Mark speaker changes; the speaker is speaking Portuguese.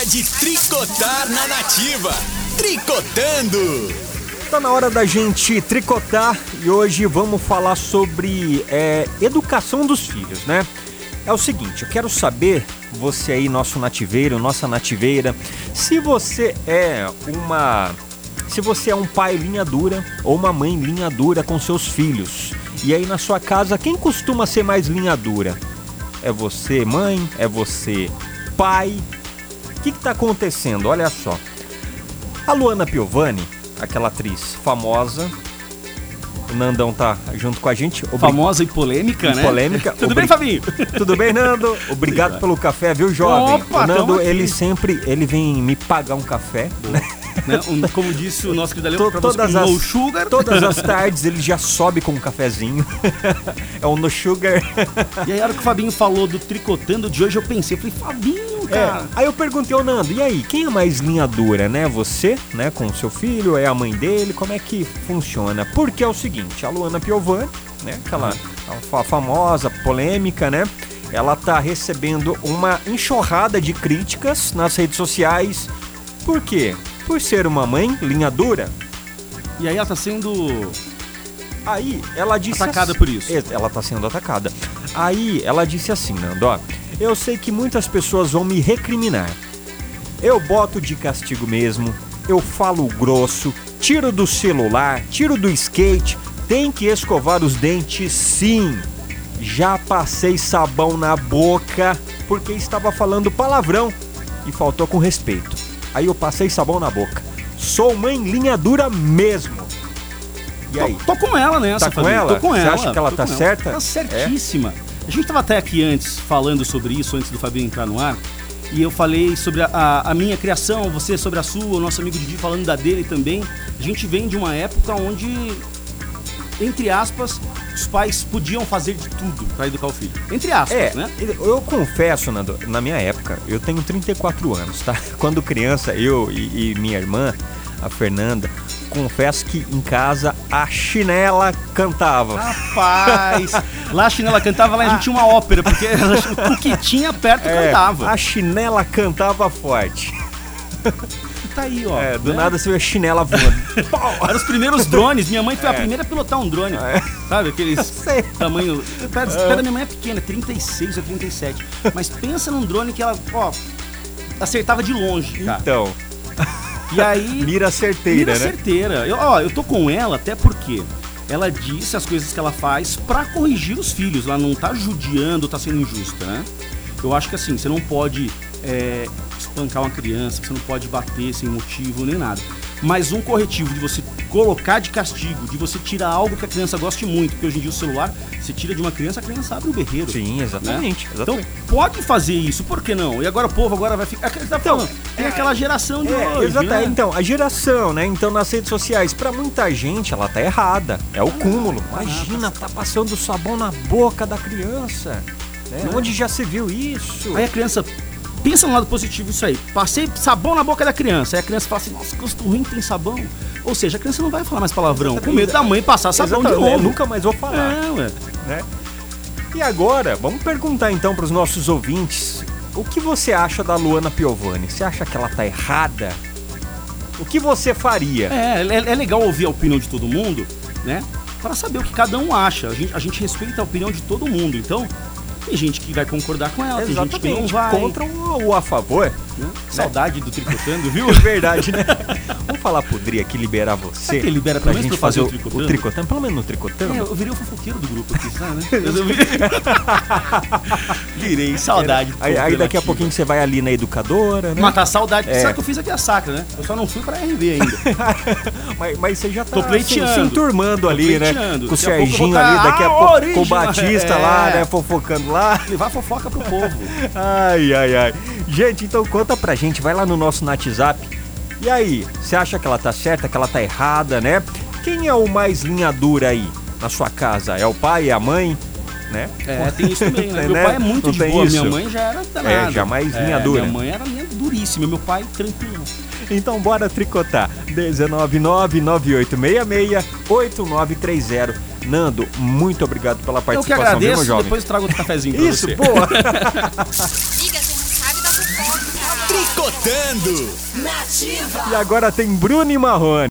Speaker 1: É de tricotar na nativa. Tricotando!
Speaker 2: Tá na hora da gente tricotar e hoje vamos falar sobre é, educação dos filhos, né? É o seguinte, eu quero saber, você aí, nosso nativeiro, nossa nativeira, se você é uma. Se você é um pai linha dura ou uma mãe linha dura com seus filhos. E aí na sua casa, quem costuma ser mais linha dura? É você, mãe? É você, pai? O que, que tá acontecendo? Olha só. A Luana Piovani, aquela atriz famosa. O Nandão tá junto com a gente. Obri-
Speaker 3: Famosa e polêmica,
Speaker 2: E
Speaker 3: né?
Speaker 2: polêmica.
Speaker 3: Tudo
Speaker 2: Obri-
Speaker 3: bem, Fabinho?
Speaker 2: Tudo bem, Nando? Obrigado pelo café, viu, jovem?
Speaker 3: Opa,
Speaker 2: o
Speaker 3: tamo
Speaker 2: Nando,
Speaker 3: aqui.
Speaker 2: ele sempre, ele vem me pagar um café.
Speaker 3: Né? Um- como disse o nosso querido
Speaker 2: To-
Speaker 3: Leandro, pra você
Speaker 2: todas
Speaker 3: um
Speaker 2: as-
Speaker 3: low sugar.
Speaker 2: Todas as tardes ele já sobe com um cafezinho. é um no sugar.
Speaker 3: E aí, a hora que o Fabinho falou do tricotando de hoje, eu pensei, eu falei, Fabinho,
Speaker 2: É,
Speaker 3: cara.
Speaker 2: Aí eu perguntei ao Nando, e aí, quem é mais linha dura, né? Você, né, com o seu filho, é a mãe dele, como é que funciona? Porque é o seguinte, a Luana Piovani, né, aquela fa- famosa, polêmica, né? Ela tá recebendo uma enxurrada de críticas nas redes sociais. Por quê? Por ser uma mãe linha dura.
Speaker 3: E aí ela tá sendo.
Speaker 2: Aí ela disse
Speaker 3: Atacada
Speaker 2: assim-
Speaker 3: por isso.
Speaker 2: Ex- Ela tá sendo atacada. Aí ela disse assim, Nando, ó, eu sei que muitas pessoas vão me recriminar. Eu boto de castigo mesmo, eu falo grosso, tiro do celular, tiro do skate, tem que escovar os dentes sim. Já passei sabão na boca porque estava falando palavrão e faltou com respeito. Aí eu passei sabão na boca. Sou mãe linha dura mesmo. E aí?
Speaker 3: Tô, tô com ela nessa,
Speaker 2: Tá com
Speaker 3: Fabinho.
Speaker 2: ela?
Speaker 3: Tô com
Speaker 2: Você
Speaker 3: ela.
Speaker 2: acha que ela
Speaker 3: tô
Speaker 2: tá
Speaker 3: com
Speaker 2: certa?
Speaker 3: Tá certíssima. A gente tava até aqui antes falando sobre isso, antes do Fabinho entrar no ar. E eu falei sobre a, a- a minha criação, você sobre a sua, o nosso amigo Didi falando da dele também. A gente vem de uma época onde entre aspas, os pais podiam fazer de tudo pra educar o filho. Entre aspas,
Speaker 2: É,
Speaker 3: né?
Speaker 2: eu confesso, Nando, na minha época, eu tenho 34 anos, tá? Quando criança, eu e, e minha irmã, a Fernanda, confesso que em casa a chinela cantava.
Speaker 3: Ah, Rapaz! lá a chinela cantava, lá a gente tinha uma ópera, porque ela- o que tinha perto
Speaker 2: É,
Speaker 3: cantava.
Speaker 2: A chinela cantava forte.
Speaker 3: Tá aí, ó.
Speaker 2: É, do
Speaker 3: né?
Speaker 2: nada você vê a chinela voando. Pau!
Speaker 3: Eram os primeiros drones, minha mãe foi a primeira a pilotar um drone. Sabe, aqueles
Speaker 2: Sei.
Speaker 3: tamanho. O pé, o pé da minha mãe é pequeno, é 36 ou 37. Mas pensa num drone que ela, ó, acertava de longe, cara.
Speaker 2: Então,
Speaker 3: Tá. E aí.
Speaker 2: mira certeira,
Speaker 3: Mira
Speaker 2: né?
Speaker 3: certeira. Eu, ó, eu tô com ela até porque ela disse as coisas que ela faz pra corrigir os filhos. Ela não tá judiando, tá sendo injusta, né? Eu acho que assim, você não pode é, espancar uma criança, você não pode bater sem motivo nem nada. Mas um corretivo de você colocar de castigo, de você tirar algo que a criança goste muito, porque hoje em dia o celular, você tira de uma criança, a criança abre o berreiro.
Speaker 2: Sim, exatamente.
Speaker 3: Né? Então
Speaker 2: exatamente.
Speaker 3: pode fazer isso, por que não? E agora o povo agora vai ficar. Tá falando, tem aquela geração de
Speaker 2: Então, É,
Speaker 3: hoje. né?
Speaker 2: exatamente. Então, a geração, né? Então, nas redes sociais, pra muita gente, ela tá errada. É o cúmulo. Imagina, tá passando sabão na boca da criança. né? Onde já se viu isso?
Speaker 3: Aí a criança pensa no lado positivo isso aí. Passei sabão na boca da criança. Aí a criança fala assim, nossa, que gosto ruim tem sabão. Ou seja, a criança não vai falar mais palavrão. Com medo da mãe passar sabão de
Speaker 2: Exatamente, né?
Speaker 3: novo.
Speaker 2: Nunca mais vou falar.
Speaker 3: É, ué.
Speaker 2: né? E agora, vamos perguntar então para os nossos ouvintes: o que você acha da Luana Piovani? Você acha que ela tá errada? O que você faria?
Speaker 3: É, é, é legal ouvir a opinião de todo mundo, né? Pra saber o que cada um acha. A gente, a gente respeita a opinião de todo mundo. Então, tem gente que vai concordar com ela, É, tem gente que não vai.
Speaker 2: contra ou ou a favor?
Speaker 3: né? Saudade do tricotando, viu?
Speaker 2: É verdade, né? Vamos falar pro Dri aqui liberar você.
Speaker 3: Será que ele libera
Speaker 2: pra
Speaker 3: pelo menos
Speaker 2: gente
Speaker 3: pra
Speaker 2: fazer
Speaker 3: fazer
Speaker 2: o,
Speaker 3: o tricotando?
Speaker 2: o tricotando? Pelo menos no tricotando.
Speaker 3: É, eu virei o fofoqueiro do grupo aqui, sabe, né? Eu virei- virei, saudade. do
Speaker 2: aí aí
Speaker 3: povo
Speaker 2: daqui a
Speaker 3: relativo.
Speaker 2: pouquinho você vai ali na educadora, né?
Speaker 3: Matar a saudade.
Speaker 2: É.
Speaker 3: Sabe que eu fiz aqui a sacra, né? Eu só não fui pra RV ainda.
Speaker 2: Mas, mas você já tá
Speaker 3: Tô pleiteando.
Speaker 2: se, se enturmando
Speaker 3: Tô
Speaker 2: ali, né?
Speaker 3: pleiteando.
Speaker 2: Com o
Speaker 3: Daqui a pouco eu vou
Speaker 2: Serginho
Speaker 3: tá-
Speaker 2: ali, daqui a
Speaker 3: Ah,
Speaker 2: pouco com o
Speaker 3: origem,
Speaker 2: Batista
Speaker 3: é.
Speaker 2: lá, né? Fofocando lá.
Speaker 3: Levar fofoca pro povo.
Speaker 2: Ai, ai, ai. Gente, então conta pra gente, vai lá no nosso WhatsApp. E aí, você acha que ela tá certa, que ela tá errada, né? Quem é o mais linha dura aí na sua casa? É o pai, é a mãe, né?
Speaker 3: É, tem isso também, né?
Speaker 2: Tem,
Speaker 3: Meu
Speaker 2: né?
Speaker 3: pai é muito
Speaker 2: Não
Speaker 3: de
Speaker 2: tem
Speaker 3: boa.
Speaker 2: isso?
Speaker 3: Minha mãe já era danada.
Speaker 2: É, já mais linha dura.
Speaker 3: Minha mãe era linha duríssima. Meu pai, tranquilo.
Speaker 2: Então bora tricotar. 19998668930. Nando, muito obrigado pela
Speaker 3: Eu que
Speaker 2: participação, viu, meu
Speaker 3: agradeço.
Speaker 2: jovem?
Speaker 3: Depois eu trago outro cafezinho pra
Speaker 2: Isso,
Speaker 3: você.
Speaker 2: boa.
Speaker 4: Amiga, você não sabe da fofoca.
Speaker 1: Tricotando! Tricotando.
Speaker 2: E agora tem Bruno e Marrone.